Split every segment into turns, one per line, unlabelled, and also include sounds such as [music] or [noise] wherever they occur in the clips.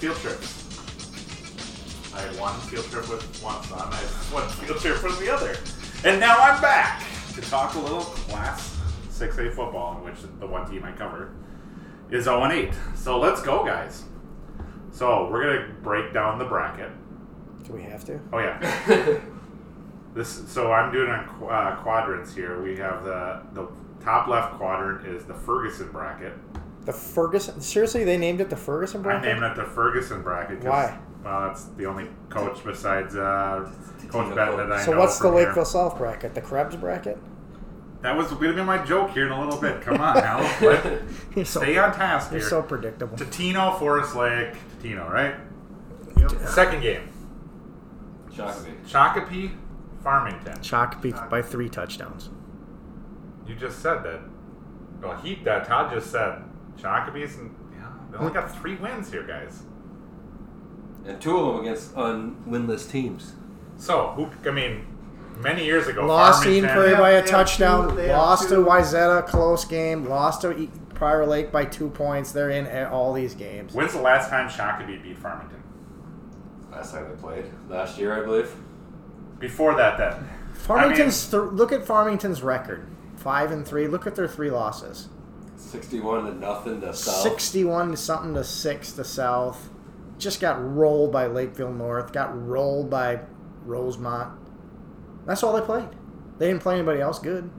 trips. I had one field trip with one son, I had one field trip with the other. And now I'm back to talk a little class 6A football, in which the one team I cover is 0 and 8. So let's go, guys. So we're going to break down the bracket.
Do we have to?
Oh, yeah. This so I'm doing on qu- uh, quadrants here. We have the the top left quadrant is the Ferguson bracket.
The Ferguson. Seriously, they named it the Ferguson
I'm
bracket.
naming it the Ferguson bracket. 'cause,
Why?
Well, it's the only coach besides uh, Coach
Team
Benton
coach.
that I
so
know.
what's the
from here.
Lakeville South bracket? The Krebs bracket?
That was going to be my joke here in a little bit. Come on, Al. Let-
[laughs] You're so,
Stay on task
you're
here.
so predictable.
Tatino, Forest Lake, Tatino, right? Second game,
Shocking.
Shakopee, Farmington.
Chalk beat by three touchdowns.
You just said that. Well, he that Todd just said Shakopee's and yeah, they only got three wins here, guys.
And two of them against un- winless teams.
So who? I mean, many years ago,
Lost to Eden
Farmington-
Prairie
Yeah,
by
they
a
have
touchdown.
two- they have
lost to
two.
Wyzetta, close game. Lost to E- Prior Lake by two points. They're in at all these games.
When's the last time Shakopee beat Farmington?
Last time they played. Last year, I believe.
Before that, then.
Farmington's th- look at Farmington's record, five and three. Look at their three losses,
61 to nothing to South.
sixty-one to something to six to South. Just got rolled by Lakeville North. Got rolled by Rosemont. That's all they played. They didn't play anybody else good.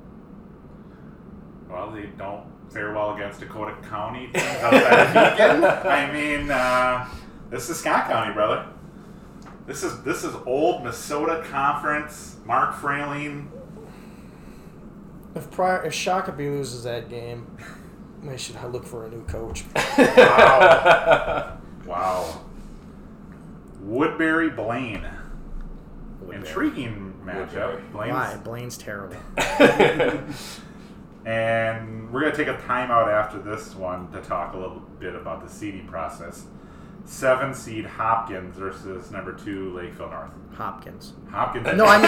I mean, well, they don't fare well against Dakota County [laughs] teams outside of Beacon. I mean, uh, this is Scott County, brother. This is this is old Minnesota Conference. Mark Fralin.
If prior if Shakopee loses that game, they should look for a new coach.
Wow. wow. Woodbury Blaine. Intriguing
Woodbury.
matchup. Blaine's-
Why? Blaine's terrible.
And we're going to take a timeout after this one to talk a little bit about the seeding process. Seven seed Hopkins versus number two Lakeville North.
Hopkins.
Hopkins.
No, I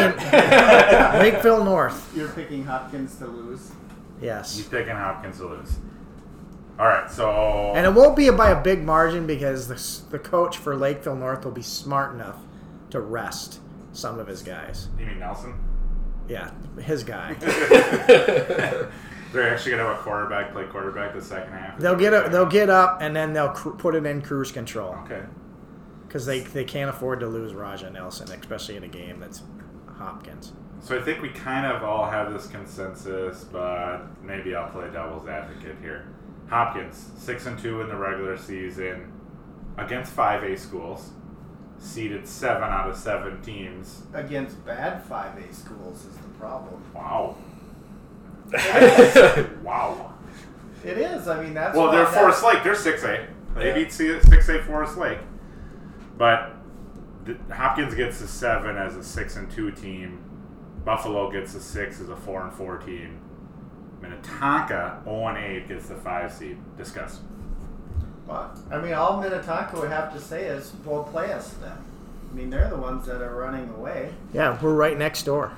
[laughs]
mean Lakeville North.
You're picking Hopkins to lose.
Yes.
he's picking Hopkins to lose. All right, so
And it won't be by a big margin because the, the coach for Lakeville North will be smart enough to rest some of his guys.
you mean Nelson?
[laughs] Yeah, his guy.
They're actually going to have a quarterback play quarterback the second half.
they'll get up, they'll get up, and then they'll cr- put it in cruise control
Okay.
because they, they can't afford to lose Raja Nelson, especially in a game that's Hopkins.
So I think we kind of all have this consensus, but maybe I'll play devil's advocate here. Hopkins, six and two in the regular season, against five A schools, seeded seven out of seven teams.
Against bad 5A schools is the problem.
Wow, wow.
It is. I mean, that's
Well,
why
they're
that-
Forest Lake. They're six A. They
Yeah.
beat six A Forest Lake, but th- Hopkins gets a seven as a six and two team. Buffalo gets a six as a four and four team. Minnetonka zero and eight gets the five seed. Discuss.
Well, I mean, all Minnetonka would have to say is, "Well, play us then." I mean, they're the ones that are running away.
Yeah, we're right next door.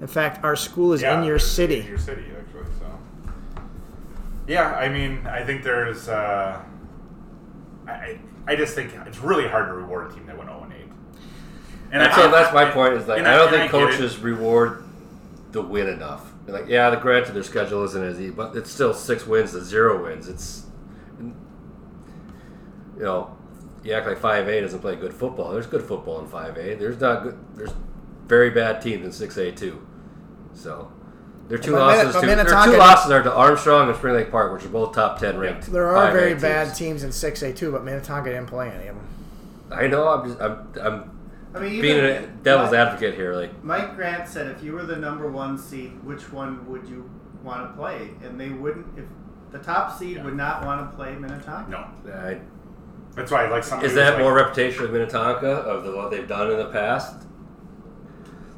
In fact, our school is
Yeah,
in your
it's
city.
In your city, actually. So. Yeah, I mean, I think there's. Uh, I- I I just think it's really hard to reward a team that went zero and eight.
And so that's my point is like
and
I don't
and
think
get it.
coaches reward the win enough. They're Like yeah, the granted their schedule isn't as easy, but it's still six wins to zero wins. It's you know you act like five A doesn't play good football. There's good football in five A. There's not good. There's very bad teams in six A too. So their two
But Min-
losses
but
to their
Minnetonka-
two losses are to Armstrong and Spring Lake Park, which are both top ten ranked.
There are
5A
very
teams.
bad teams in 6A too, but Minnetonka didn't play any of them.
I know. I'm just I'm, I'm
I mean, even
being a devil's
Mike,
advocate here. Like
Mike Grant said, "If you were the number one seed, which one would you want to play?" And they wouldn't. If the top seed would not want to play Minnetonka.
No,
I
that's why like somebody
Is
was
that
like,
more reputation of Minnetonka of the, what they've done in the past?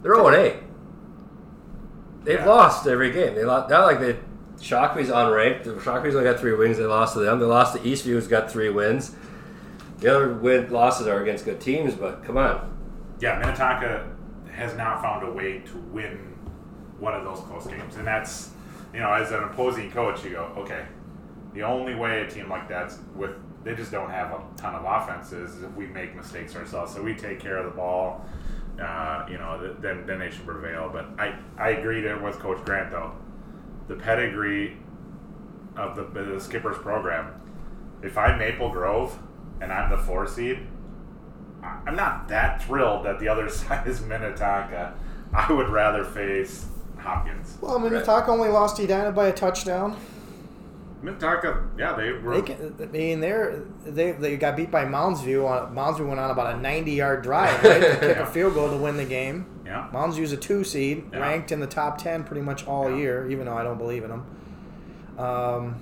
They're 0 8. They've
Yeah.
lost every game. They lost. Not like they. Shockby's unranked. Shockby's only got three wins. They lost to them. They lost to Eastview, who's got three wins. The other win losses are against good teams, but come on.
yeah, Minnetonka has now found a way to win one of those close games, and that's you know, as an opposing coach, you go, okay, the only way a team like that's with they just don't have a ton of offenses. We make mistakes ourselves, so we take care of the ball. Uh, you know, th- then then they should prevail. But I I agree there with Coach Grant though. The pedigree of the, the skipper's program. If I'm Maple Grove and I'm the four seed, I- I'm not that thrilled that the other [laughs] side is Minnetonka. I would rather face Hopkins.
Well, Minnetonka only lost Edina by a touchdown.
Minnetonka, yeah, they were.
They can, I mean, they're they they got beat by Moundsview. On, Moundsview went on about a 90 yard drive right, to kick
[laughs] Yeah.
a field goal to win the game.
yeah.
Moundsview's a two seed,
Yeah.
ranked in the top 10 pretty much all
Yeah.
year, even though I don't believe in them. Um,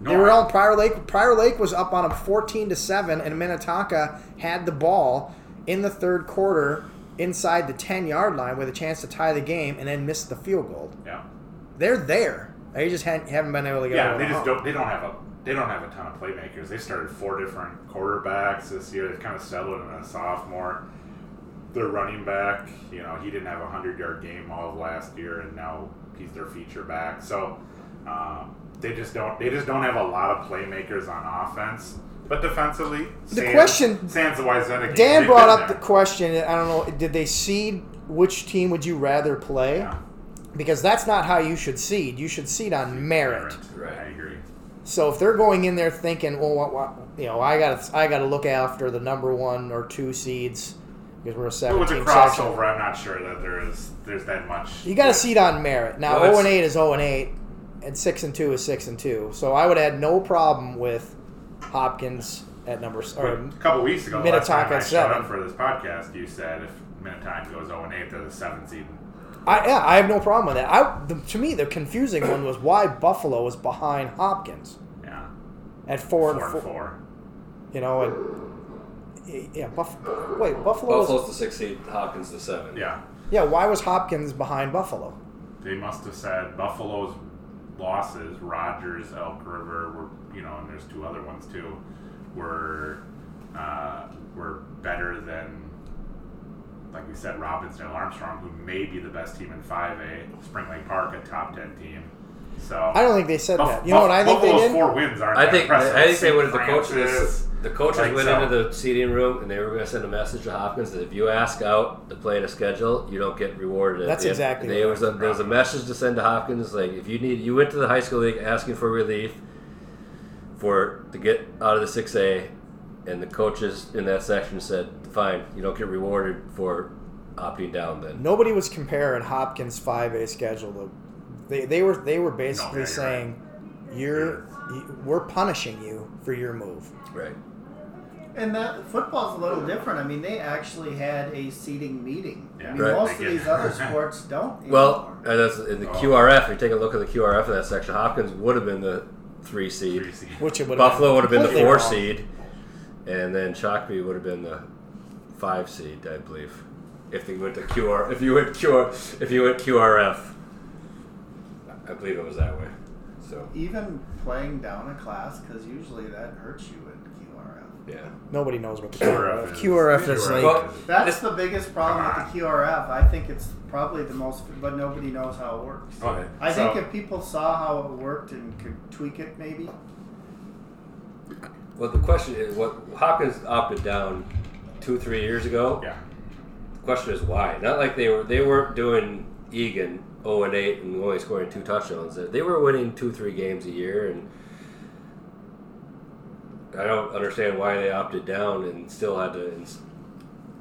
No,
they were
I-
on Prior Lake. Prior Lake was up on them 14 to 7, and Minnetonka had the ball in the third quarter inside the 10 yard line with a chance to tie the game and then missed the field goal.
Yeah.
They're there. They just hadn't, haven't been able to get
Yeah,
over
they
the
just
hump.
don't. They don't have a. They don't have a ton of playmakers. They started four different quarterbacks this year. They've kind of settled in a sophomore. Their running back, you know, he didn't have a hundred yard game all of last year, and now he's their feature back. So um, they just don't. They just don't have a lot of playmakers on offense. But defensively,
The question-
Sans the Wyzenick.
Dan brought up the question. and I don't know. Did they seed? Which team would you rather play?
Yeah,
Because that's not how you should seed. You should seed on merit.
Right. I agree.
So if they're going in there thinking, well, what, what, you know, I got to, I got to look after the number one or two seeds because we're a
But with the
seventeen section.
crossover, I'm not sure that there is there's that much.
You got to seed on merit. Now
Well,
zero
it's-
and eight is zero and eight, and six and two is six and two. So I would have had no problem with Hopkins at number s-
But
or
Um, a couple weeks ago, last time
Minnetonka
I showed
seven.
up for this podcast, you said if Minnetonka goes 0 8, they're the seventh seed.
I, yeah, I have no problem with that. I, the, to me, the confusing one was why Buffalo was behind Hopkins
Yeah.
at four,
4
and four.
and 4.
You know, and yeah, Buff, wait, Buffalo. Was,
Buffalo's the six seed, Hopkins the seven.
Yeah.
yeah, why was Hopkins behind Buffalo?
They must have said Buffalo's losses, Rogers, Elk River, were, you know, and there's two other ones too, were, uh, were better than, like we said, Robinson and Armstrong, who may be the best team in 5A, Spring Lake Park, a top 10 team. So
I don't think they said
Buff-
that. You know what I think
Buffalo's
they did?
four wins aren't
I
that
think
impressive.
I think they
St.
would have the coaches
Francis,
the coaches
like
went
so.
into the seating room and they were going to send a message to Hopkins that if you ask out to play in a schedule, you don't get rewarded. at
That's
the end.
exactly
There
what
was a, there was a message to send to Hopkins like if you need you went to the high school league asking for relief for to get out of the six A, and the coaches in that section said, "Fine, you don't get rewarded for opting down." Then
Nobody was comparing Hopkins five A schedule to. They, they were they were basically
yeah, you're
saying, you're you, we're punishing you for your move.
right.
And that football's a little different. I mean, they actually had a seating meeting. I
Yeah.
mean,
Right.
most
They
of
get- [laughs]
these other sports don't.
Well,
anymore.
and that's in the
Oh.
QRF. If you take a look at the QRF in that section, Hopkins would have been the three
Three
seed.
seed.
Which it would
Buffalo would have been the
completely
four
wrong.
seed, and then Shakopee would have been the five seed, I believe. If they went to QR, if you went QR, if you went QRF, I believe it was that way. So
even playing down a class because usually that hurts you in QRF.
yeah,
Nobody knows what the
QRF
QRF,
is-
QRF is
QRF
like.
Well,
That's
This-
the biggest problem with the QRF. I think it's probably the most, but nobody knows how it works.
Okay,
I
so-
think if people saw how it worked and could tweak it, maybe.
well, the question is, what Hopkins opted down two, three years ago.
yeah,
The question is why. Not like they were they weren't doing Egan zero and eight and only scoring two touchdowns. They were winning two, three games a year and. I don't understand why they opted down and still had to, ins-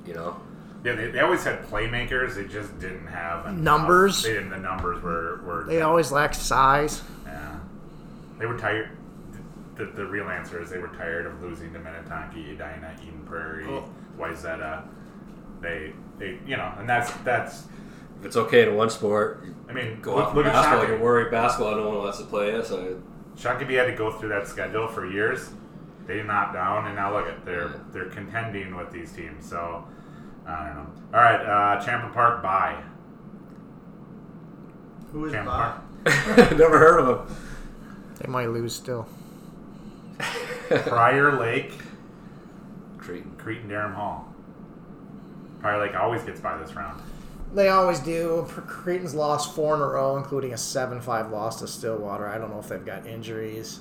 you know.
yeah. They, they always had playmakers. They just didn't have enough.
Numbers.
They didn't. The numbers were were.
They always lack size.
yeah. They were tired. The, the real answer is they were tired of losing to Minnetonka, Edina, Eden Prairie,
Cool.
Wayzata. They they you know, and that's that's.
If it's okay in one sport, you
I mean,
go
look,
off
look at
basketball. Like
Shakopee.
a worry basketball, no one wants to play us. I, [laughs]
Shakopee had to go through that schedule for years. They knocked down, and now look at they're
Yeah.
they're contending with these teams. So I don't know. All right, uh, Champa Park bye.
Who is
Champa
Bob?
Park.
never heard of them.
They might lose still. [laughs]
Prior Lake,
Creighton.
Creighton Durham Hall. Prior Lake always gets by this round.
They always do. Creighton's lost four in a row, including a 7 5 loss to Stillwater. I don't know if they've got injuries.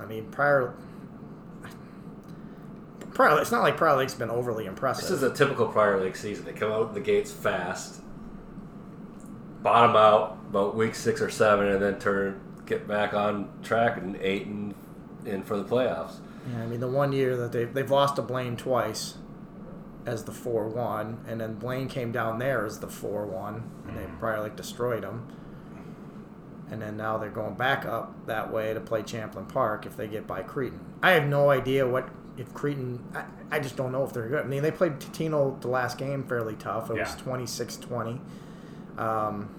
I mean, prior. Probably it's not like Prior Lake's been overly impressive.
This is a typical Prior Lake season. They come out the gates fast, bottom out about week six or seven, and then turn get back on track and eight and in for the playoffs.
Yeah, I mean, the one year that they've, they've lost to Blaine twice as the 4 1, and then Blaine came down there as the 4 1, and they probably like destroyed them. And then now they're going back up that way to play Champlain Park if they get by Creighton. I have no idea what if Creighton. I, I just don't know if they're good. I mean, they played Tino the last game fairly tough. It was
Yeah.
26 20. Um,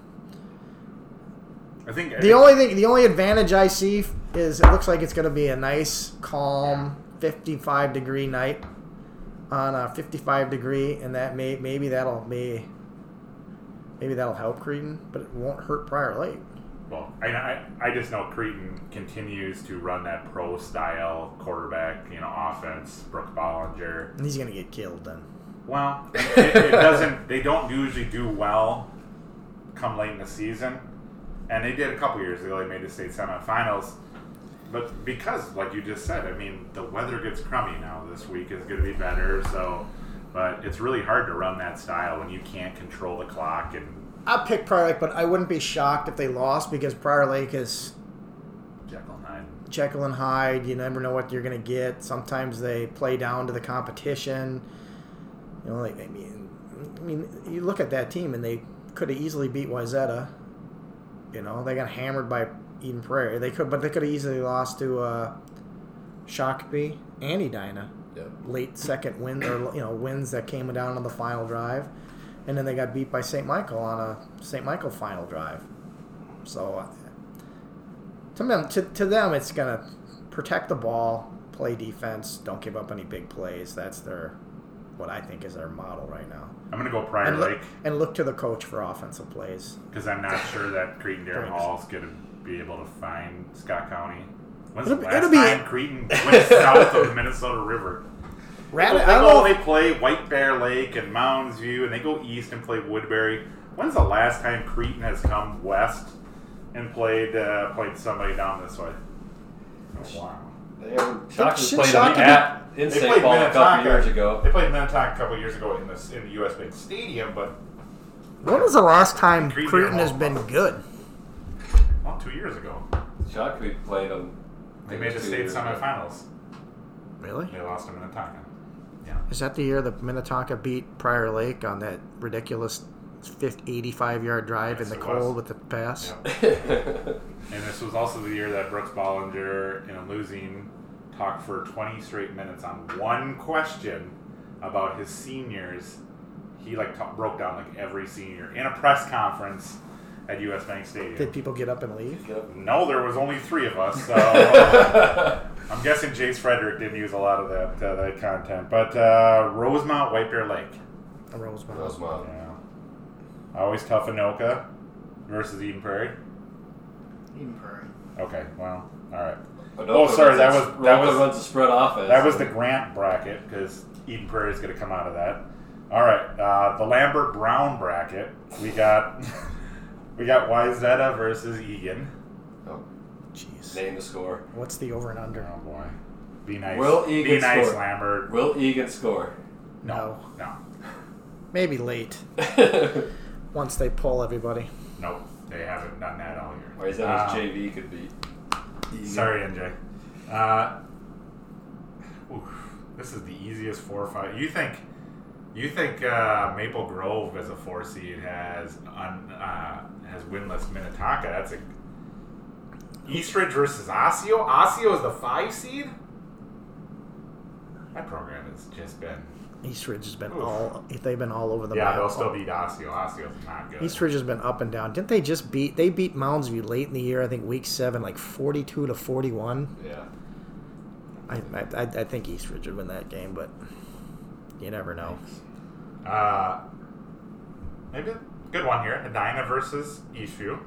I think
the only thing, the only advantage I see f- is it looks like it's going to be a nice, calm, 55 degree night on a 55 degree, and that may maybe that'll be maybe that'll help Creighton, but it won't hurt Prior Lake.
Well, I, I, I just know Creighton continues to run that pro style quarterback, you know, offense. Brooke Bollinger.
And he's going to get killed then.
Well, it, it doesn't. They don't usually do well come late in the season, and they did a couple years ago. They made the state semifinals, but because, like you just said, I mean, the weather gets crummy now. This week is going to be better, so. But it's really hard to run that style when you can't control the clock and
I pick Prior Lake, but I wouldn't be shocked if they lost because Prior Lake is
Jekyll and Hyde.
Jekyll and Hyde. You never know what you're going to get. Sometimes they play down to the competition. You know, like, I mean, I mean, you look at that team and they could have easily beat Wayzata. You know, they got hammered by Eden Prairie. They could, but they could have easily lost to uh, Shakopee and Edina.
Yep.
Late second win or you know wins that came down on the final drive, and then they got beat by St. Michael on a St. Michael final drive. So uh, to them, to, to them, it's gonna protect the ball, play defense, don't give up any big plays. That's their what I think is their model right now.
I'm going to go Prior
and look,
Lake.
and look to the coach for offensive plays.
because I'm not sure that Creighton Darren
Thanks.
Hall's going to be able to find Scott County. When's
It'll
the
be-
last
it'll be-
time Creighton went south of the Minnesota River?
Rat,
they
I don't
go,
know.
they play White Bear Lake and Mounds View, and they go east and play Woodbury. When's the last time Creighton has come west and played uh, played somebody down this way? Oh, wow.
They haven't. Shockers
shit,
played
Shockers-
them at in
They
St.
played
Paul a
Minnetonka.
couple years ago.
They played Minnetonka a couple years ago in the in the U.S. Bank Stadium, but
When was the last time
Creighton
Creighton has
Hall.
been good?
well, two years ago
Shockers played them.
they made the
two
state
years ago.
semifinals.
Really?
They lost to Minnetonka. Yeah.
Is that the year the Minnetonka beat Prior Lake on that ridiculous 50, 85 yard drive
Yes,
in the
it
cold
was.
with the pass?
Yeah.
[laughs]
And this was also the year that Brooks Bollinger, in a losing, talked for 20 straight minutes on one question about his seniors. He like ta- broke down like every senior in a press conference at U.S. Bank
Did
Stadium.
people get up and leave?
No, there was only three of us, so I'm guessing Jace Frederick didn't use a lot of that uh, that content. But uh, Rosemount, White Bear Lake,
A Rosemont.
Rosemont.
yeah, always tough. Anoka versus Eden Prairie.
Eden Prairie.
Okay, well, all right.
Anoka
Oh, sorry,
runs
that
a-
was- that
Anoka
was-
runs a spread offense.
That was the Grant bracket because Eden Prairie is going to come out of that. All right, uh, the Lambert Brown bracket. We got [laughs] we got Wyzetta versus Egan.
Oh,
Jeez.
name the score.
What's the over and under?
Oh boy, be nice.
Will
be
Egan
nice,
score?
Lambert.
Will Egan score? [laughs]
No,
No.
no,
Maybe late
Or
once they pull everybody.
no. They haven't done that all year.
is that
Uh,
his JV could be? Egan.
Sorry, NJ. Uh, oof, this is the easiest four or five. You think, you think uh, Maple Grove as a four seed has un, uh, has winless Minnetonka? That's a Eastridge versus Osseo. Osseo is the five seed. That program has just been.
Eastridge has been
Oof.
all they've been all over the
yeah,
map.
they'll still beat Osseo. Osseo's not good.
Eastridge has been up and down. Didn't they just beat they beat Moundsview late in the year? I think week seven, like forty-two to forty-one.
Yeah.
I I, I I think Eastridge would win that game, but you never know.
Uh, maybe good one here. Edina versus Eastview.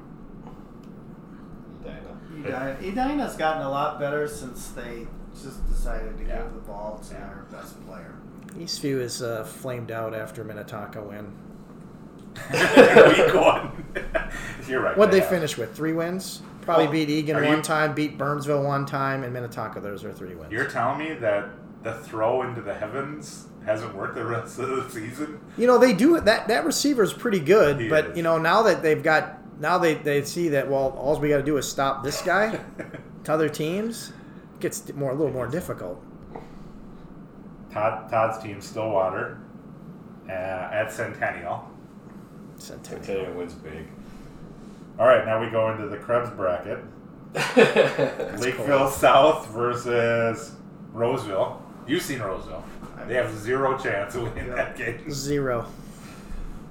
Dana.
Edina. Edina's gotten a lot better since they just decided to
Yeah.
give the ball to
Yeah.
their best player.
Eastview is uh, flamed out after Minnetonka win.
week one. [laughs] You're right.
What would they
have.
finish with? Three wins. Probably
Well,
beat Egan
are
one
you-
time, beat Burnsville one time, and Minnetonka. Those are three wins.
You're telling me that the throw into the heavens hasn't worked the rest of the season. [laughs]
You know, they do it. That that receiver's pretty good,
He
but
is.
you know, now that they've got now they, they see that well, all we got to do is stop
[laughs]
this guy to other teams gets more a little more difficult.
Todd Todd's team Stillwater uh, at Centennial.
Centennial.
Centennial wins big.
All right, now we go into the Krebs bracket. Lakeville South versus Roseville. You've seen Roseville. They have zero chance of winning
Yeah.
that game.
Zero.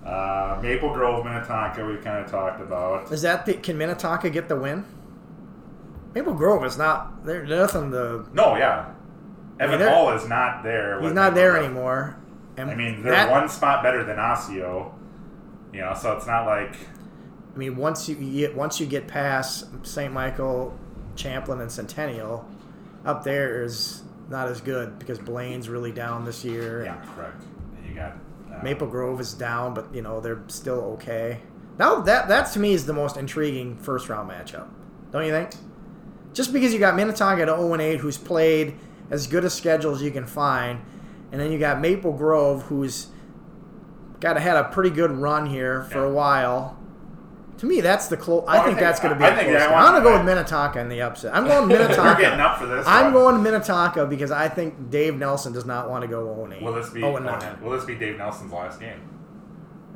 Uh, Maple Grove, Minnetonka, we kind of talked about.
Is that the, can Minnetonka get the win? Maple Grove is not. There's nothing to.
No, yeah. Evan
they're-
Hall is not there.
He's
with
not
Maple
there
Grove.
anymore. And
I mean, they're
that-
one spot better than Osseo. You know, so it's not like
I mean, once you you get once you get past St. Michael, Champlin, and Centennial, up there is not as good because Blaine's really down this year.
yeah, correct. You got uh, [laughs]
Maple Grove is down, but you know they're still okay. Now that that to me is the most intriguing first round matchup, don't you think? Just because you got Minnetonka at 0 8, who's played as good a schedule as you can find, and then you got Maple Grove, who's got had a pretty good run here for
Yeah.
a while. To me, that's the close.
Well,
I
I
think
think-
that's going to be.
I
a
think
close
that
game.
one-
I'm going to go with Minnetonka in the upset. I'm
[laughs]
going
We're getting
Minnetonka.
up for this. one.
I'm going Minnetonka because I think Dave Nelson does not want to go 0 8.
Will this be?
0
oh,
9.
will this be Dave Nelson's last game?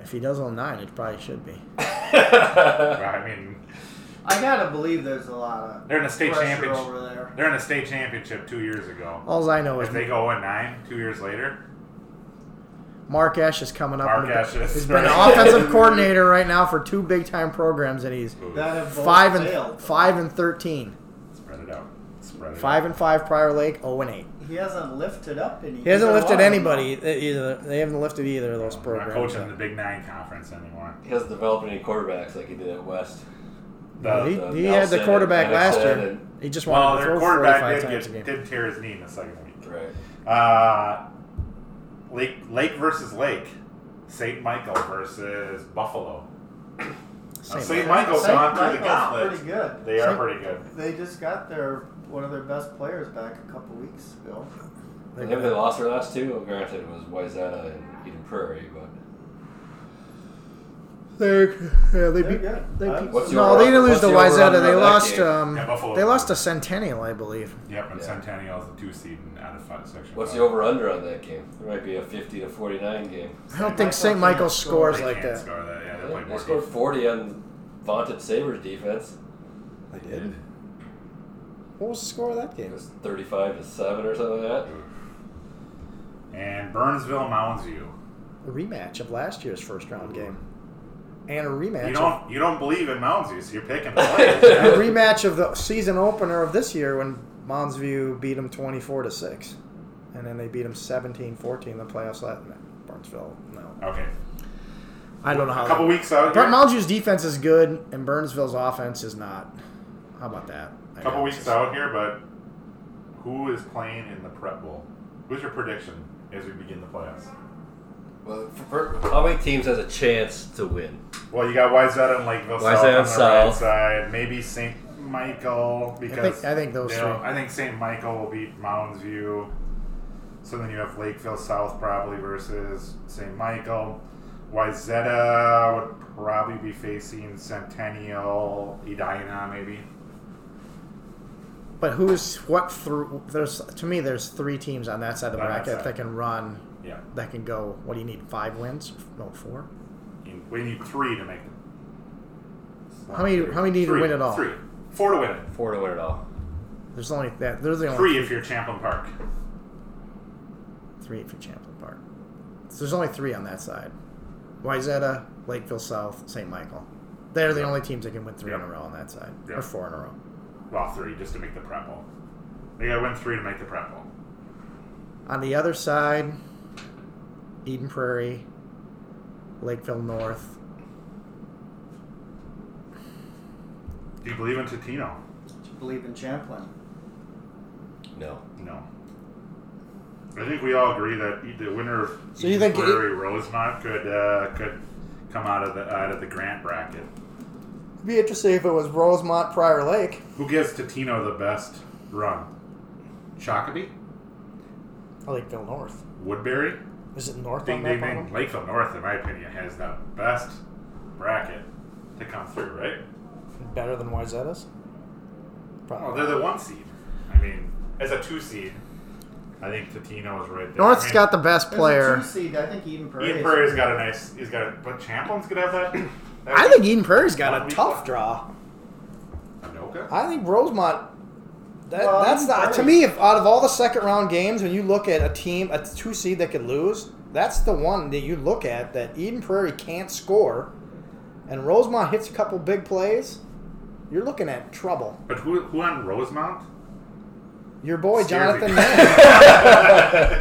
If he does on nine, it probably should be.
Well, I mean,
I gotta believe there's a lot of
They're in a state
pressure
championship.
over there.
they're in a state championship two years ago.
All I know is
If they go in nine, two years later,
Mark Ash is coming up.
Mark
and
Ash is- [laughs]
He's been an offensive coordinator right now for two big time programs, and he's
That have both
five and
failed.
five and thirteen.
spread it out, spread it
Five
out.
and five Prior Lake, oh and eight.
He hasn't lifted up any.
He hasn't
either
lifted
one.
anybody e- either. They haven't lifted either of those
We're not
programs.
coaching the Big Nine conference anymore.
[laughs] He hasn't developed any quarterbacks like he did at West.
The,
He,
Uh,
he had
Nelson
the
and
quarterback last
Henderson
year.
and-
He just
well,
wanted to
their
throw
quarterback
forty-five
did,
times a
get,
game.
did tear his knee in the second week.
Right.
Uh, Lake Lake versus Lake, Saint Michael versus Buffalo. Now,
Same.
Saint Michael's gone through the
Michael's
gauntlet.
pretty good.
They are
Saint-
pretty good.
They just got their one of their best players back a couple weeks ago.
And if they lost their last two, granted, it was Wayzata and Eden Prairie, but
They're, yeah, they
They're
beat.
good.
They
Uh,
beat
What's
no,
your-
they didn't lose
what's
to
your overall
Wayzata.
number
They
of that
lost.
game?
Um,
Yeah, Buffalo.
they lost to Centennial, I believe.
Yep, and
Yeah.
Centennial is the two seed and out of five section.
what's
five.
the over under on that game? It might be a 50 to 49 game.
I don't think St. Michael
They
scores
can't
like that.
score that. Yeah, they
They,
played more
scored
defense.
40 on vaunted Sabres defense.
They did. What was the score of that
It
game?
was 35 to 7 or something like that.
Hmm. And Burnsville Moundsview.
A rematch of last year's first round game, and a rematch.
You
Of,
don't you don't believe in Moundsview, so you're
[laughs]
picking the players. yeah?
a rematch of the season opener of this year when Monsview beat them twenty four to six, and then they beat them 17-14 in the playoffs. Last Burnsville, no,
Okay,
I don't know how.
a couple weeks out.
But
Here,
Monsview's defense is good, and Burnsville's offense is not. How about that?
a couple weeks out here, but who is playing in the Prep Bowl? Who's your prediction as we begin the playoffs?
Well, for, for, how many teams has a chance to win?
Well, you got Wayzata and Lakeville
Wayzata
South on the
and South.
right side. Maybe St. Michael
I
because
think, I think those
you
three.
know, I think St. Michael will beat Mounds View. So then you have Lakeville South probably versus St. Michael. Wyzetta would probably be facing Centennial, Edina maybe.
But who's what through? There's to me, there's three teams on that side of the
On that
bracket
side.
that can run,
Yeah,
that can go. What do you need? Five wins? No, four.
You- we need three to make it.
How many? How many do you need
three,
to win it all?
Three, four to win it.
Four to win it all.
There's only that. There's the only
Three if you're Champlin Park.
three for Champlin Park. So there's only three on that side. Wyzetta, Lakeville South, St. Michael. They're the only teams that can win three in a
Yep.
row on that side,
Yep.
or four in a row.
Well, three just to make the Prep Bowl. They gotta win three to make the Prep Bowl.
On the other side, Eden Prairie, Lakeville North.
Do you believe in Tatino?
Do you believe in Champlin?
No.
No. I think we all agree that e- the winner of
So you think it-
Prairie Rosemont could uh, could come out of the out of the grant bracket.
Be interesting if it was Rosemont, Prior Lake.
Who gives Tatino the best run? Shakopee?
I like Phil North.
Woodbury,
Is it North
ding
on that
ding ding.
bottom?
Lakeville North, in my opinion, has the best bracket to come through, right?
Better than Wyzetta's?
Oh,
Probably.
they're the one seed. I mean, as a two seed, I think Tatino is right there.
North's
I mean,
got the best player.
There's a two seed. I think Eden Prairie.
Ian Prairie's got a nice. He's got. A, but Champlin's gonna have that. that
I think Eden Prairie's
One
got a
week
tough
left.
draw.
Anoka.
I think Rosemont. That,
Well,
that's
Eden
the, to
Prairie-
me. If out of all the second round games, when you look at a team, a two seed that could lose, that's the one that you look at that Eden Prairie can't score, and Rosemont hits a couple big plays. You're looking at trouble.
But who who on Rosemount?
Your boy
Seriously. [laughs]
[laughs]
Jonathan Mann.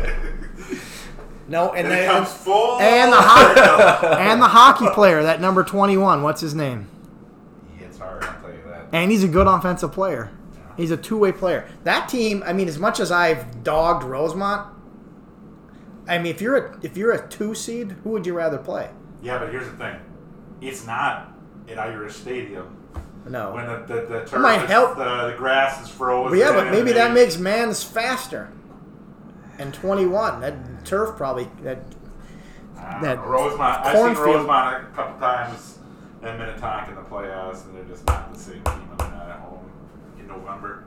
no, and
And
they,
it comes full.
and the
[laughs]
hockey and the hockey player that number twenty one. What's his name?
He hits hard. I'll tell you that.
and he's a good offensive player. He's a two way player. That team, I mean, as much as I've dogged Rosemont, I mean, if you're a if you're a two seed, who would you rather play?
Yeah, but here's the thing. It's not at Irish Stadium when
No,
the the, the turf
might
is,
help.
The, the grass is frozen.
but yeah, but
and
maybe
they-
that makes Mans faster. And twenty one, that turf probably that
Uh,
that
Rosemont. I've seen
cornfield-
Rosemont a couple times and Minnetonka in the playoffs, and they're just not the same team when they're not at home in November.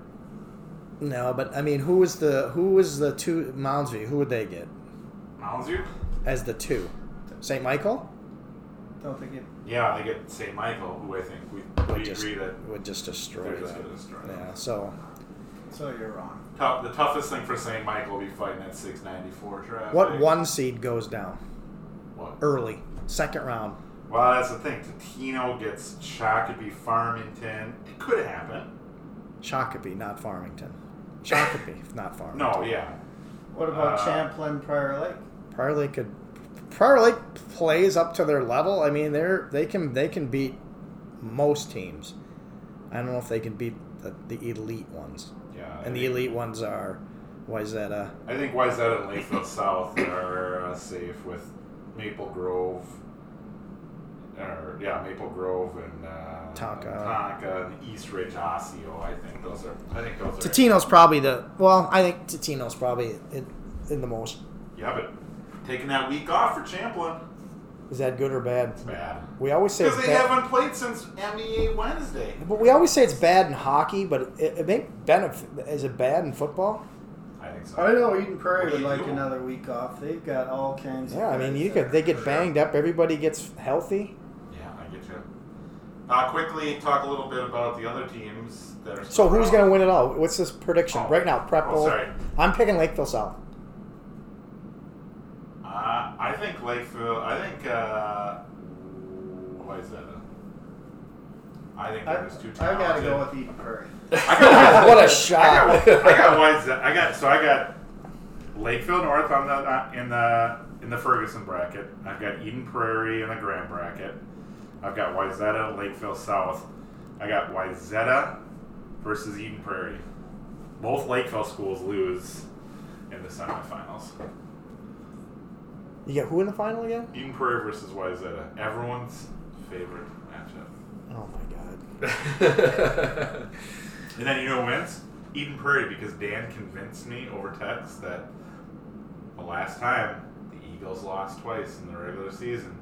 no. But I mean, who was the who was the two Moundsview? Who would they get
Moundsview?
as the two? St. Michael
Don't think it.
Yeah, they get St. Michael, who I think we, we
would just
agree that
would just destroy
they're just
that.
going to destroy.
Yeah, so
So you're wrong.
Tough, the toughest thing for St. Michael will be fighting that 694 traffic.
what one seed goes down?
What?
early, second round.
Well, that's the thing. Tatino gets Shakopee Farmington. It could happen.
Shakopee, not Farmington. Shakopee, [laughs] not Farmington.
No, yeah.
What about
Uh,
Champlin Prior Lake?
Prior Lake could. Prior Lake plays up to their level. I mean, they're they can they can beat most teams. I don't know if they can beat the, the elite ones,
Yeah.
and the elite ones are Wyzetta.
I think Wayzata and Lakeville South are uh, safe with Maple Grove. Or, yeah, Maple Grove and uh,
Tonka.
Tonka and East Ridge, Osseo. I think those are. I think those are.
Tatino's probably the well. I think Tatino's probably in, in the most.
Yeah, but taking that week off for Champlin,
Is that good or bad?
it's bad.
We always say
Because
it's
they
bad.
haven't played since MEA Wednesday.
But we always say it's bad in hockey, but it, it may benefit. Is it bad in football?
I think so.
I know Eden Prairie
What do
would
you
like
do?
another week off. They've got all kinds.
Yeah, I
of
mean,
guys
you
there.
could. They get banged up. Everybody gets healthy.
Yeah, I get you. Uh, quickly talk a little bit about the other teams that are.
So
still
who's
around.
going to win it all? What's this prediction
Oh.
right now? Prep
Oh,
Bowl.
sorry.
I'm picking Lakeville South.
Uh, I think Lakeville. I think. Uh, what is that? I think
I,
there's two
I gotta
talented-
go with Eden Prairie.
I got,
[laughs]
[laughs]
What a
I [laughs]
shot.
got, I got
[laughs]
Wayzata. I got so I got Lakeville North on the uh, in the in the Ferguson bracket. I've got Eden Prairie in the Grand bracket. I've got Wyzetta, Lakeville South. I got Wyzetta versus Eden Prairie. Both Lakeville schools lose in the semifinals.
You get who in the final again?
Eden Prairie versus Wyzetta. Everyone's favorite matchup.
Oh my god.
And then you know who wins? Eden Prairie because Dan convinced me over text that the last time the Eagles lost twice in the regular season,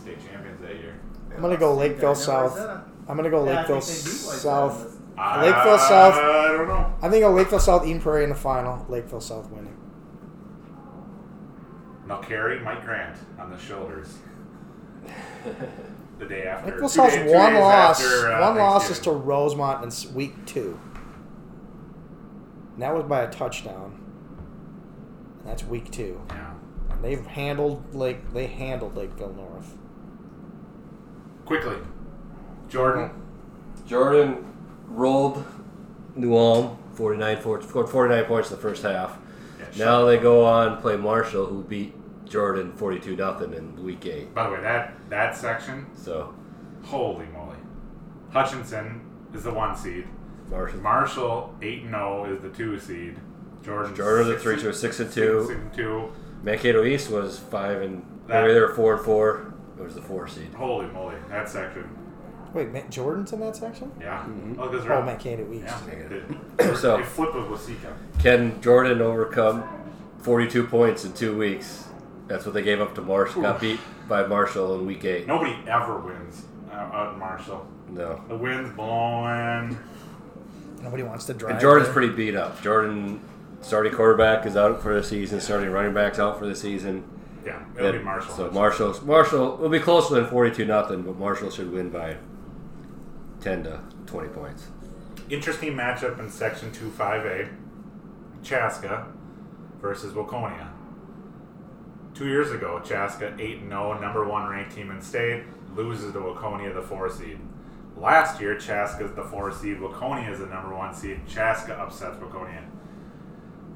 state champions that year.
I'm gonna go Lakeville
Yeah,
South.
Wyzetta.
I'm gonna go
Yeah, I
Lakeville
think they beat Wyzetta
South.
this-
Lakeville South-
I don't know.
I think a Lakeville South Eden Prairie in the final. Lakeville South winning.
And I'll carry Mike Grant on the shoulders the day after.
Lakeville
Two
South's
day- two
one
days
loss.
after, uh,
one loss is to
Thanksgiving.
Rosemont in s- week two. And that was by a touchdown. And that's week two.
Yeah.
And they've handled Lake. They handled Lakeville North.
Quickly. Jordan.
Jordan rolled New Ulm 49, for- scored 49 points in the first half.
Yeah,
Now they go on and play Marshall, who beat Jordan 42 nothing in week eight.
By the way, that that section,
So
holy moly. Hutchinson is the one seed.
Marshall,
Marshall eight and zero is the two seed. Jordan
Jordan the
six
three
and-
to a six and two.
Six and two.
Mankato East was five and
That-
maybe they were four and four. It was the four seed.
Holy moly, that section.
Wait, Matt Jordan's in that section?
Yeah. Oh, because
Oh, Mankato East.
Yeah.
Negative.
They-
Mm-hmm. [clears throat] So-
they flip with Wasika.
Can Jordan overcome 42 points in two weeks. That's what they gave up to Marshall. Got beat by Marshall in week eight.
Nobody ever wins uh, out in Marshall.
No.
The wind's blowing.
Nobody wants to drive.
And Jordan's
there.
pretty beat up. Jordan, starting quarterback, is out for the season. Starting running back's out for the season.
Yeah, it'll be
And
Marshall.
So Marshall, Marshall will be closer than 42 nothing, but Marshall should win by 10 to 20 points.
Interesting matchup in Section 25A Chaska versus Waconia. Two years ago, Chaska 8 0, number one ranked team in state, loses to Waconia, the four seed. Last year, Chaska is the four seed, Waconia is the number one seed. Chaska upsets Waconia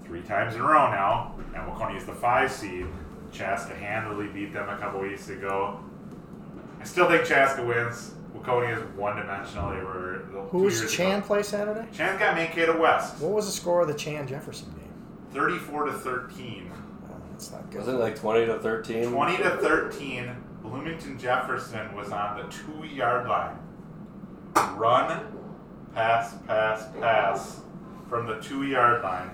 three times in a row now, and Waconia is the five seed. Chaska handily beat them a couple weeks ago. I still think Chaska wins. Waconia is one dimensional. They were the- two years
Who's
ago.
Chan play Saturday?
Chan got Mankato West,
What was the score of the Chan Jefferson game?
thirty-four to thirteen.
Oh, that's not good.
Was it like 20 to 13?
Twenty to thirteen. Bloomington Jefferson was on the two-yard line. Run, pass, pass, pass from the two-yard line.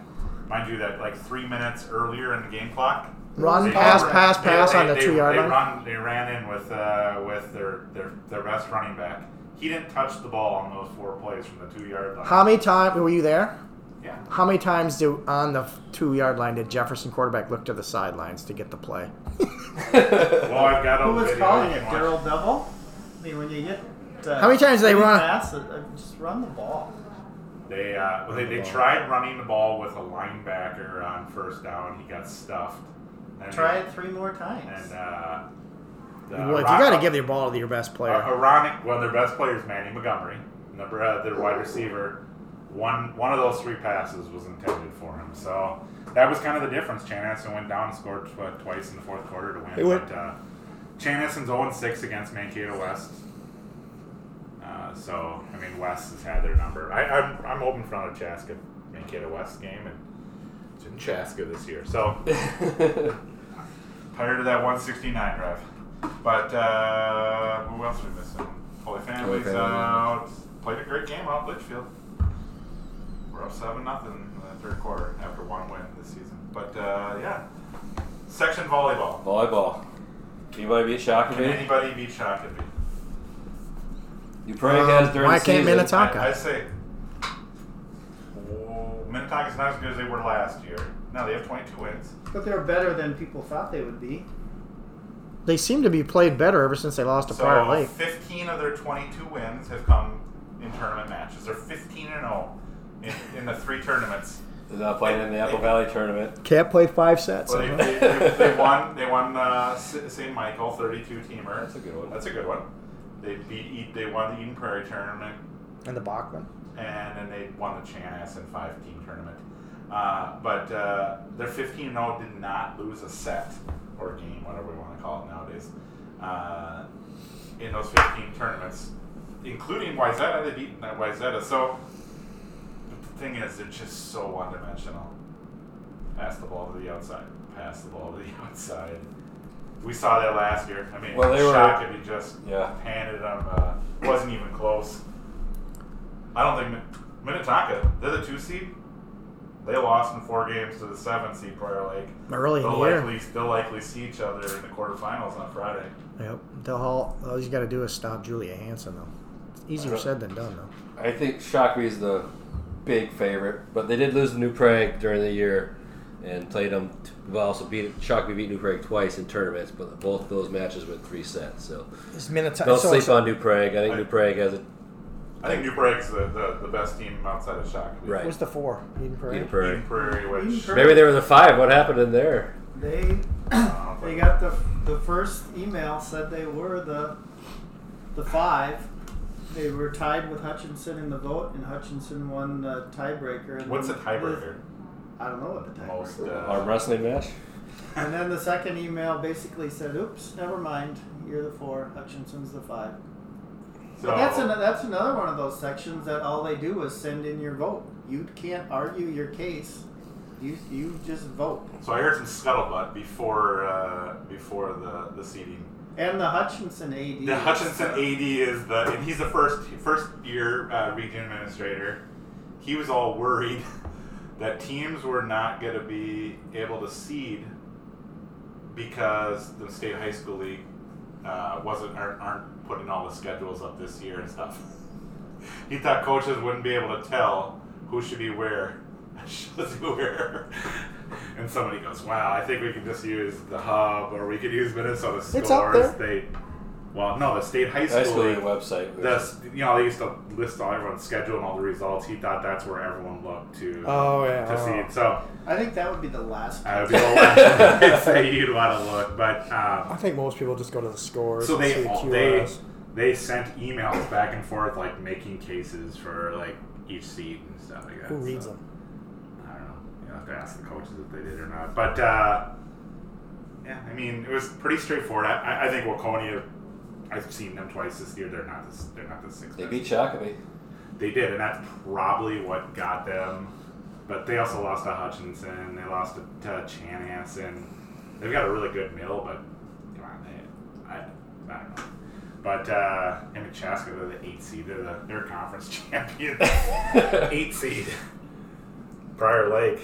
Mind you, that like three minutes earlier in the game clock.
Run,
they-
pass,
they-
pass,
they-
pass
they-
on the
they-
two-yard
they
line?
Run, they ran in with uh, with their, their their best running back. He didn't touch the ball on those four plays from the two-yard line.
How many times were you there?
Yeah.
How many times do on the two yard line did Jefferson quarterback look to the sidelines to get the play?
Well, I've got
Who
a
was
video.
calling
you
it?
can watch.
Daryl Double? I mean, when you get. Uh,
How many times they
pretty
run-
fast, uh, uh, just run the ball.
They uh, well, they, they tried running the ball with a linebacker on first down. He got stuffed. And
Try it three more times.
And uh, the
well, if you
Ron-
got to give your ball to your best
uh,
player,
ironic. One of their best players, Manny Montgomery, number uh, their wide receiver. One one of those three passes was intended for him. So that was kind of the difference. Chanasson went down and scored tw- twice in the fourth quarter to win.
They went-
But uh, Chanasson's 0 6 against Mankato West. Uh, so I mean, West has had their number. I, I'm I'm hoping for another Chaska Mankato West game, and it's in Chaska this year. So tired of that 169 drive. But uh, who else are we missing? Holy Family's
Family.
out. Played a great game out at Litchfield. We're up seven nothing in the third quarter after one win this season. But uh, yeah, section volleyball.
[laughs] Volleyball. Anybody be shocked
Can anybody beat Shakopee?
You pray
Um,
against during
why
the
can't
season.
Minnetonka- Taka.
I, I say oh, Minnetonka's not as good as they were last year. No, they have 22 wins.
But they're better than people thought they would be.
they seem to be played better ever since they lost to Prior
So
Lake.
15 of their 22 wins have come in tournament matches. They're 15 and 0 in, in the three tournaments.
They're not playing in the Apple
They-
Valley tournament.
Can't play five sets.
Well, they, [laughs]
huh?
they, they, they won. They won uh, S- St. Michael, 32 teamer.
That's a good one.
That's a good one. They beat. E- They won the Eden Prairie tournament,
and the Bachman.
and then they won the Chanas and five team tournament. Uh, but uh, their 15 and 0 did not lose a set or a game, whatever we want to call it nowadays. Uh, in those 15 tournaments, including Wyzetta, they beat uh, Wyzetta. So the thing is, they're just so one dimensional. Pass the ball to the outside. Pass the ball to the [laughs] outside. We saw that last year. I mean,
Well, they were-
shock if he just
Yeah.
handed them. Uh, wasn't even close. I don't think Min- Minnetonka. They're the two seed. They lost in four games to the seven seed Prior Lake.
Early in
They'll
the year.
likely they'll likely see each other in the quarterfinals on Friday.
Yep. They'll all, all you got to do is stop Julia Hansen, though. It's easier said than done, though.
I think Shockley is the big favorite, but they did lose to New Prague during the year and played them. T- well, also beat Shockley beat New Prague twice in tournaments, but both those matches were three sets. So
It's Minnetonka.
don't
so
sleep
it's-
on New Prague. I think
I-
New Prague has a
I think New Brake's the, the, the best team outside of Shock.
Right.
Who's the four? Eden Prairie.
Eden
Eden
Prairie.
Prairie,
Eden
which
Prairie.
Maybe they were the five. What happened in there?
They
uh,
they got the the first email said they were the the five. They were tied with Hutchinson in the vote, and Hutchinson won the tiebreaker. And
What's a
then
tiebreaker?
I don't know what the tiebreaker.
Most [laughs]
is.
uh,
Arm wrestling match.
And then the second email basically said, "Oops, never mind. You're the four. Hutchinson's the five.
so
But that's an, that's another one of those sections that all they do is send in your vote. You can't argue your case. You you just vote.
so I heard some scuttlebutt before uh, before the the seeding.
And the Hutchinson AD.
The Hutchinson AD is the and he's the first first year uh, region administrator. He was all worried [laughs] that teams were not going to be able to seed because the state high school league uh, wasn't aren't, aren't putting all the schedules up this year and stuff. [laughs] he thought coaches wouldn't be able to tell who should be where, [laughs] should be where. [laughs] And somebody goes, "Wow, I think we can just use the hub, or we could use Minnesota scores."
It's up there.
They, well, no, the state high school,
High school
league,
website. which-
the, you know, they used to list all everyone's schedule and all the results. He thought that's where everyone looked to
Oh
to
yeah.
see. So
I think that would be the last.
I would be the last to say you'd want to look, but
I
um,
think most people just go to the scores.
so
and
they
see
all- they
QRS.
they sent emails back and forth like making cases for like each seat and stuff like that.
who reads
so,
them?
I don't know. You have to ask the coaches if they did or not. But uh, yeah, I mean it was pretty straightforward. I, I, I think Waconia. I've seen them twice this year. They're not this. They're not the six.
They
best.
beat Shakopee.
They did, and that's probably what got them. But they also lost to Hutchinson. They lost to, to Chanhassen. They've got a really good mill, but come on, they, I, I don't know. But uh, in Chaska, they're the eight seed. They're the they're conference [laughs] champions. eight seed. Prior Lake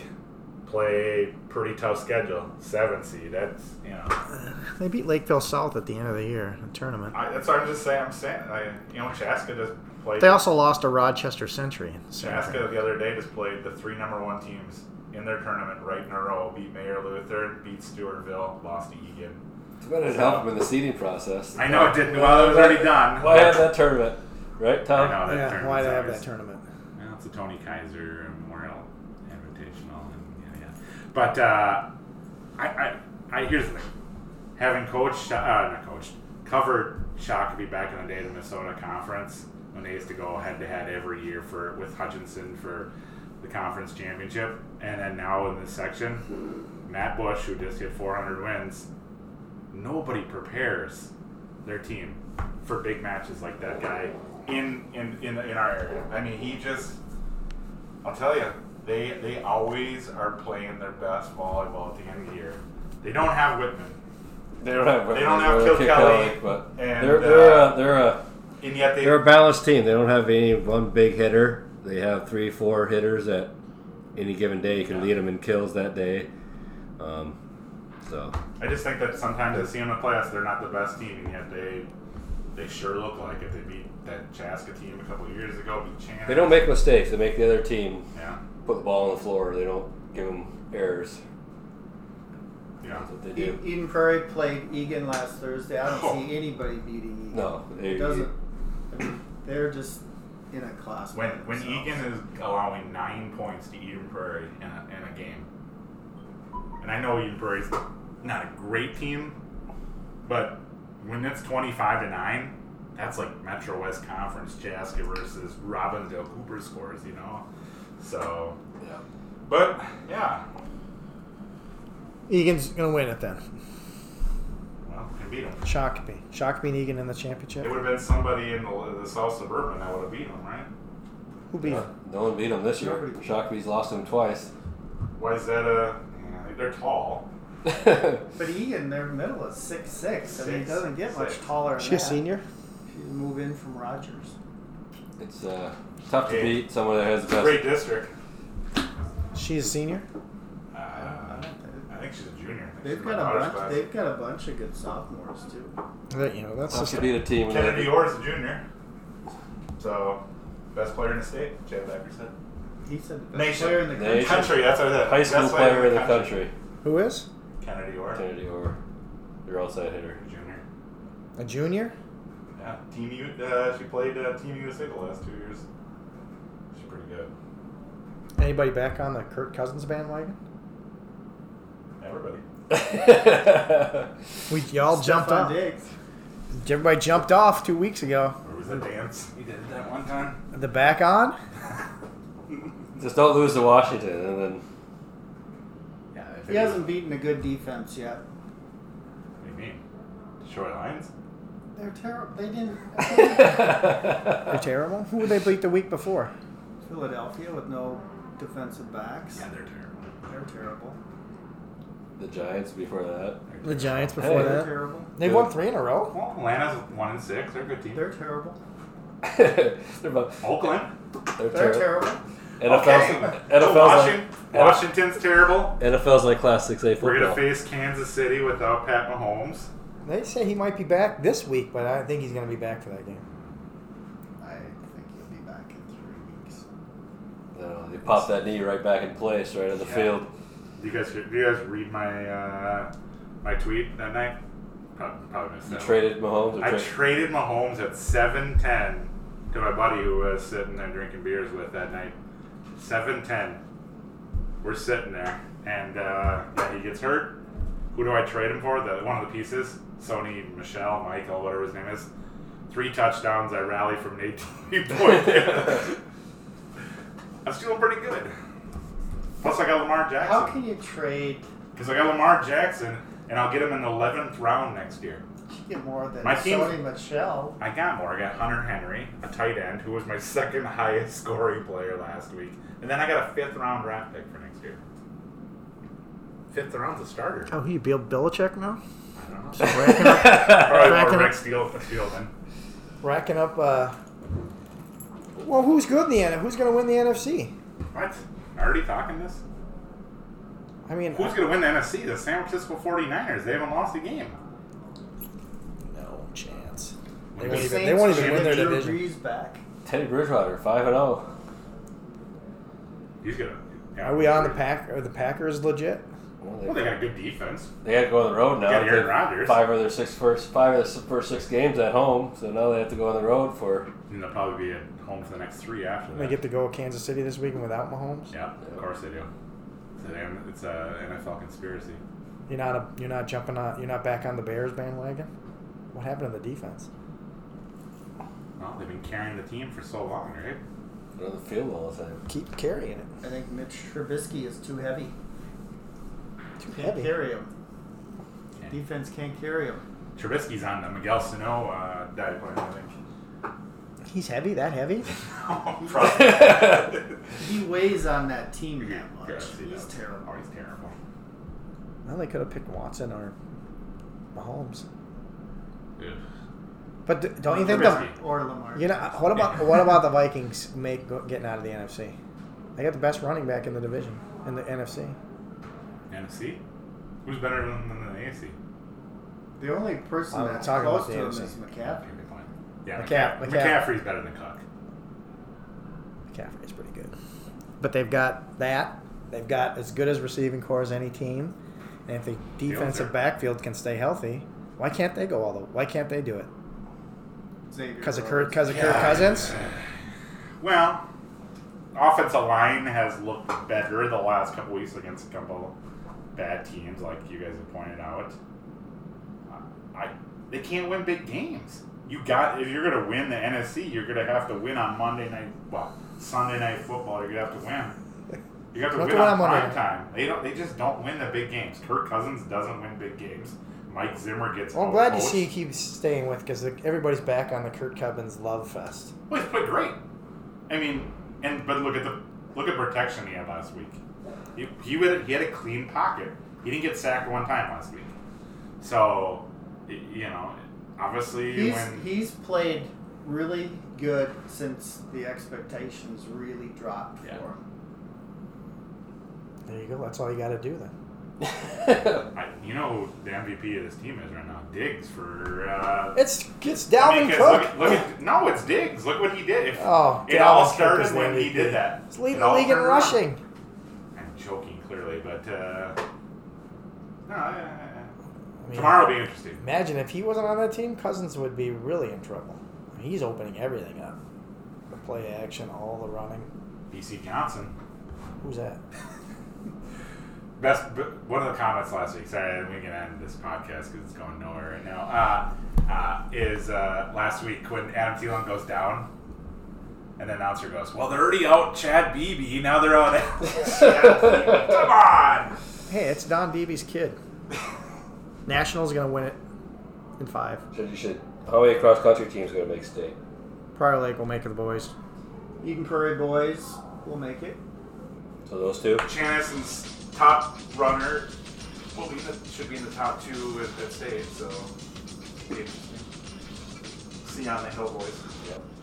play pretty tough schedule. Seven seed. That's you know.
They beat Lakeville South at the end of the year in the tournament.
I, that's what I'm just saying. I'm saying. I, you know, Chaska just played.
They also lost to Rochester Century. in the same
Chaska
thing.
the other day just played the three number one teams in their tournament right in a row. Beat Mayor Luther, beat Stewartville, lost to Egan.
Too bad it didn't help them in the seeding process.
I know it didn't. Well, it was already done.
Why have that tournament, right,
I
Tom? [laughs]
know that
Yeah,
tournament's
why they have
always-
that tournament?
Well, it's a Tony Kaiser Memorial Invitational, and yeah, yeah. But uh, I, I, I, here's the thing: having coached, uh, not coached, covered Shakopee back in the day at the Minnesota Conference when they used to go head to head every year for with Hutchinson for the conference championship, and then now in this section, Matt Bush, who just hit 400 wins, nobody prepares their team for big matches like that guy in in in, in our area. I mean, he just I'll tell you, they they always are playing their best volleyball at the end of the year. They don't have Whitman,
They don't have.
They don't have
really
Kill
kick
Kelly,
Kelly, but
and,
they're they're
uh,
a, they're a
and yet they
they're a balanced team. They don't have any one big hitter. They have three, four hitters at any given day. You can lead them in kills that day. Um, so
I just think that sometimes I see them in class, they're not the best team, and yet they they sure look like it. They beat that Chaska team a couple of years ago. Beat Chan.
they don't make mistakes. They make the other team
Yeah,
put the ball on the floor. They don't give them errors.
yeah.
That's what they
E-
do.
Eden Prairie played Egan last Thursday. I don't
Oh.
see anybody beating Egan.
No, they,
It doesn't. I mean, they're just in a class. by
When when
themselves.
Egan is allowing nine points to Eden Prairie in a, in a game, and I know Eden Prairie's not a great team, but when it's twenty five to nine, that's like Metro West Conference Chaska versus Robbinsdale Cooper scores, you know. So,
Yeah.
but yeah,
Egan's gonna win it then.
well, can beat them.
Shakopee, Shakopee and Egan in the
It
championship.
would have been somebody in the, the South Suburban that would have beat them, right?
Who beat?
Yeah, no one beat them this year.
Nobody-
Shockby's lost them twice. [laughs]
Why is that a? Yeah, they're tall.
She's
But Egan, their middle is six six. I mean, it
Six,
doesn't get much
six.
taller. Than
She a
that.
senior?
She can move in from Rogers.
it's uh, tough to
Hey.
beat someone that has the best.
Great district.
She's a senior.
Uh,
I
I
don't think-
think she's a junior. I think she's
They've
my
got a
daughter's
bunch.
class.
They've got a bunch of good sophomores too.
That you know, that's
Tough
just
to beat a team. with
Kennedy
that.
Orr is a junior. So, best player in the state, Jay Becker said.
He said the best
Nation.
player in the
Nation.
country.
Country, that's what I said.
High school
Best
player in the country.
who is
Kennedy Orr,
Kennedy Orr, your outside hitter. [laughs]
junior.
a junior.
Yeah, Team U. Uh, she played uh, Team USA the last two years. She's pretty good.
Anybody back on the Kirk Cousins bandwagon?
Everybody.
We y'all jumped
Stephon
off.
Diggs.
Everybody jumped off two weeks ago.
Or was that dance? We did that one time.
The back on?
Just don't lose to Washington, and then
Yeah. if
He
it was-
hasn't beaten a good defense yet.
What do you mean? Detroit Lions?
They're terrible. They didn't. [laughs]
They're terrible. Who would they beat the week before?
Philadelphia with no defensive backs.
they're terrible.
They're terrible.
[laughs] the Giants before that. [laughs]
The Giants before
Hey.
They're
that.
terrible.
They won three in a row.
Well, Atlanta's one and six. They're a good team.
They're terrible.
they're about,
Oakland.
they're,
They're
terrible.
terrible.
NFL's,
okay.
NFL's,
Washington. Washington's terrible.
NFL's like Class 6A
We're gonna
football.
face Kansas City without Pat Mahomes.
They say he might be back this week, but I don't think he's going to be back for that game.
I think he'll be back in three weeks.
Uh, they pop that knee right back in place, right in the
Yeah.
field.
Do you guys do you guys read my uh, my tweet that night? Probably, probably missed
You
that one.
traded Mahomes. Or
I [laughs]
tra-
traded Mahomes at seven ten to my buddy who was sitting there drinking beers with that night. Seven ten, we're sitting there, and uh, yeah, he gets hurt. Who do I trade him for? The one of the pieces, Sony Michelle Michael, whatever his name is. Three touchdowns. I rally from an eighteen
[laughs]
point. I'm feeling pretty good. Plus, I got Lamar
How
Jackson
can you trade?
because I got Lamar Jackson, and I'll get him in the eleventh round next year.
You get more than
My team-
Sony Michelle.
I got more. I got Hunter Henry, a tight end, who was my [laughs] second highest scoring player last week. And then I got a fifth round draft pick for next year. Fifth round's a starter.
Oh, he Bill Belichick [laughs] now?
I don't know.
Racking up,
Probably
Cracking
more
it.
Rick Steele than Steele then.
racking up. Uh, well, who's good in the NFL? Who's going to win the NFC?
What? Already talking this?
I mean,
Who's going to win the NFC? The San Francisco 49ers. They haven't lost a game.
no chance. They
The
won't even,
Saints
they won't even
traded
win their
Drew
division.
Brees back.
[laughs] Teddy Bridgewater, 5 and oh. 0.
He's going to.
Are we on the pack? Are the Packers legit?
Well, they got a good defense.
They got to go on the road now.
Got Aaron
They've
Rodgers.
Five of their six first, five of their first six games at home, so now they have to go on the road for.
And they'll probably be at home for the next three after that.
They get to go to Kansas City this weekend without Mahomes.
yeah, of course they do. It's an it's a NFL conspiracy.
You're not a, you're not jumping on. You're not back on the Bears bandwagon. What happened to the defense?
Well, they've been carrying the team for so long, right?
They're on the field all the time.
Keep carrying it.
I think Mitch Trubisky is too heavy.
Too
Can't
heavy.
carry him. Defense can't carry him.
Trubisky's on the Miguel Sano uh, diet plan, I [laughs] think.
He's heavy. That heavy.
He weighs on that team
Yeah,
that
yeah, I
much.
see
He's
that.
terrible.
Oh, he's terrible.
Well, they could have picked Watson or Mahomes. But d- don't you think the
Uh, Trubisky.
Or Lamar.
you know uh, what about what about the Vikings make go- getting out of the NFC? They got the best running back in the division in the NFC.
NFC? Who's better than, than the AFC?
The only person
I'm
that's
talking
close
about the
to him
AFC.
is McCaffrey.
Yeah,
McCaff-
McCaff-
McCaff.
McCaffrey's better than Cook.
McCaffrey's pretty good, but they've got that. They've got as good as receiving core as any team, and if the defensive
are-
backfield can stay healthy, why can't they go all the? Why can't they do it?
Xavier
Because of Kirk,
Rhodes.
because of Kirk Cousins.
Well, offensive line has looked better the last couple weeks against a couple bad teams, like you guys have pointed out. I, I- they can't win big games. You got if you're gonna win the NFC, you're gonna have to win on Monday night. Well, Sunday night football, you're gonna have to win. You have to
What
win
do I
on
wanna
prime
do?
time. They don't. They just don't win the big games. Kirk Cousins doesn't win big games. Mike Zimmer gets.
Well, I'm glad you
outcoached.
see you keep staying with because everybody's back on the Kirk Cousins love fest.
Well, he's played great. I mean, and but look at the look at protection he had last week. He he had, he had a clean pocket. He didn't get sacked one time last week. So, y- you know, obviously
He's,
when
he's played really good since the expectations really dropped
Yeah.
for him.
There you go. That's all you got to do then.
I, you know who the MVP of this team is right now, Diggs for. Uh,
It's it's
I mean,
Dalvin
'cause
Cook.
Look, at- look at, no, it's Diggs. Look what he did. If,
oh,
it all
Dalvin Cook is
started
the
when he
MVP.
did that.
He's leading
It
the
all
league in
turned around.
rushing.
I'm joking clearly, but uh, no. I- I-
I
I-
mean,
Tomorrow will be interesting.
Imagine if he wasn't on that team, Cousins would be really in trouble. I mean, he's opening everything up. The play action, all the running.
BC Johnson.
Who's that?
Best b- one of the comments last week. Sorry, we can end this podcast because it's going nowhere right now. Uh, uh, is uh, last week when Adam Thielen goes down, and the announcer goes, "Well, they're already out Chad Beebe. Now they're out." Chad Beebe. Come on.
Hey, it's Don Beebe's kid.
[laughs]
Nationals gonna win it in five.
Should you should? How many cross country teams going to make state?
Prior Lake will make it the boys.
Eden Prairie boys will make it.
So those two.
Chanison's top runner will be in the, should be in the top two at that stage. So, be interesting. See you on the hill, boys.
Yep.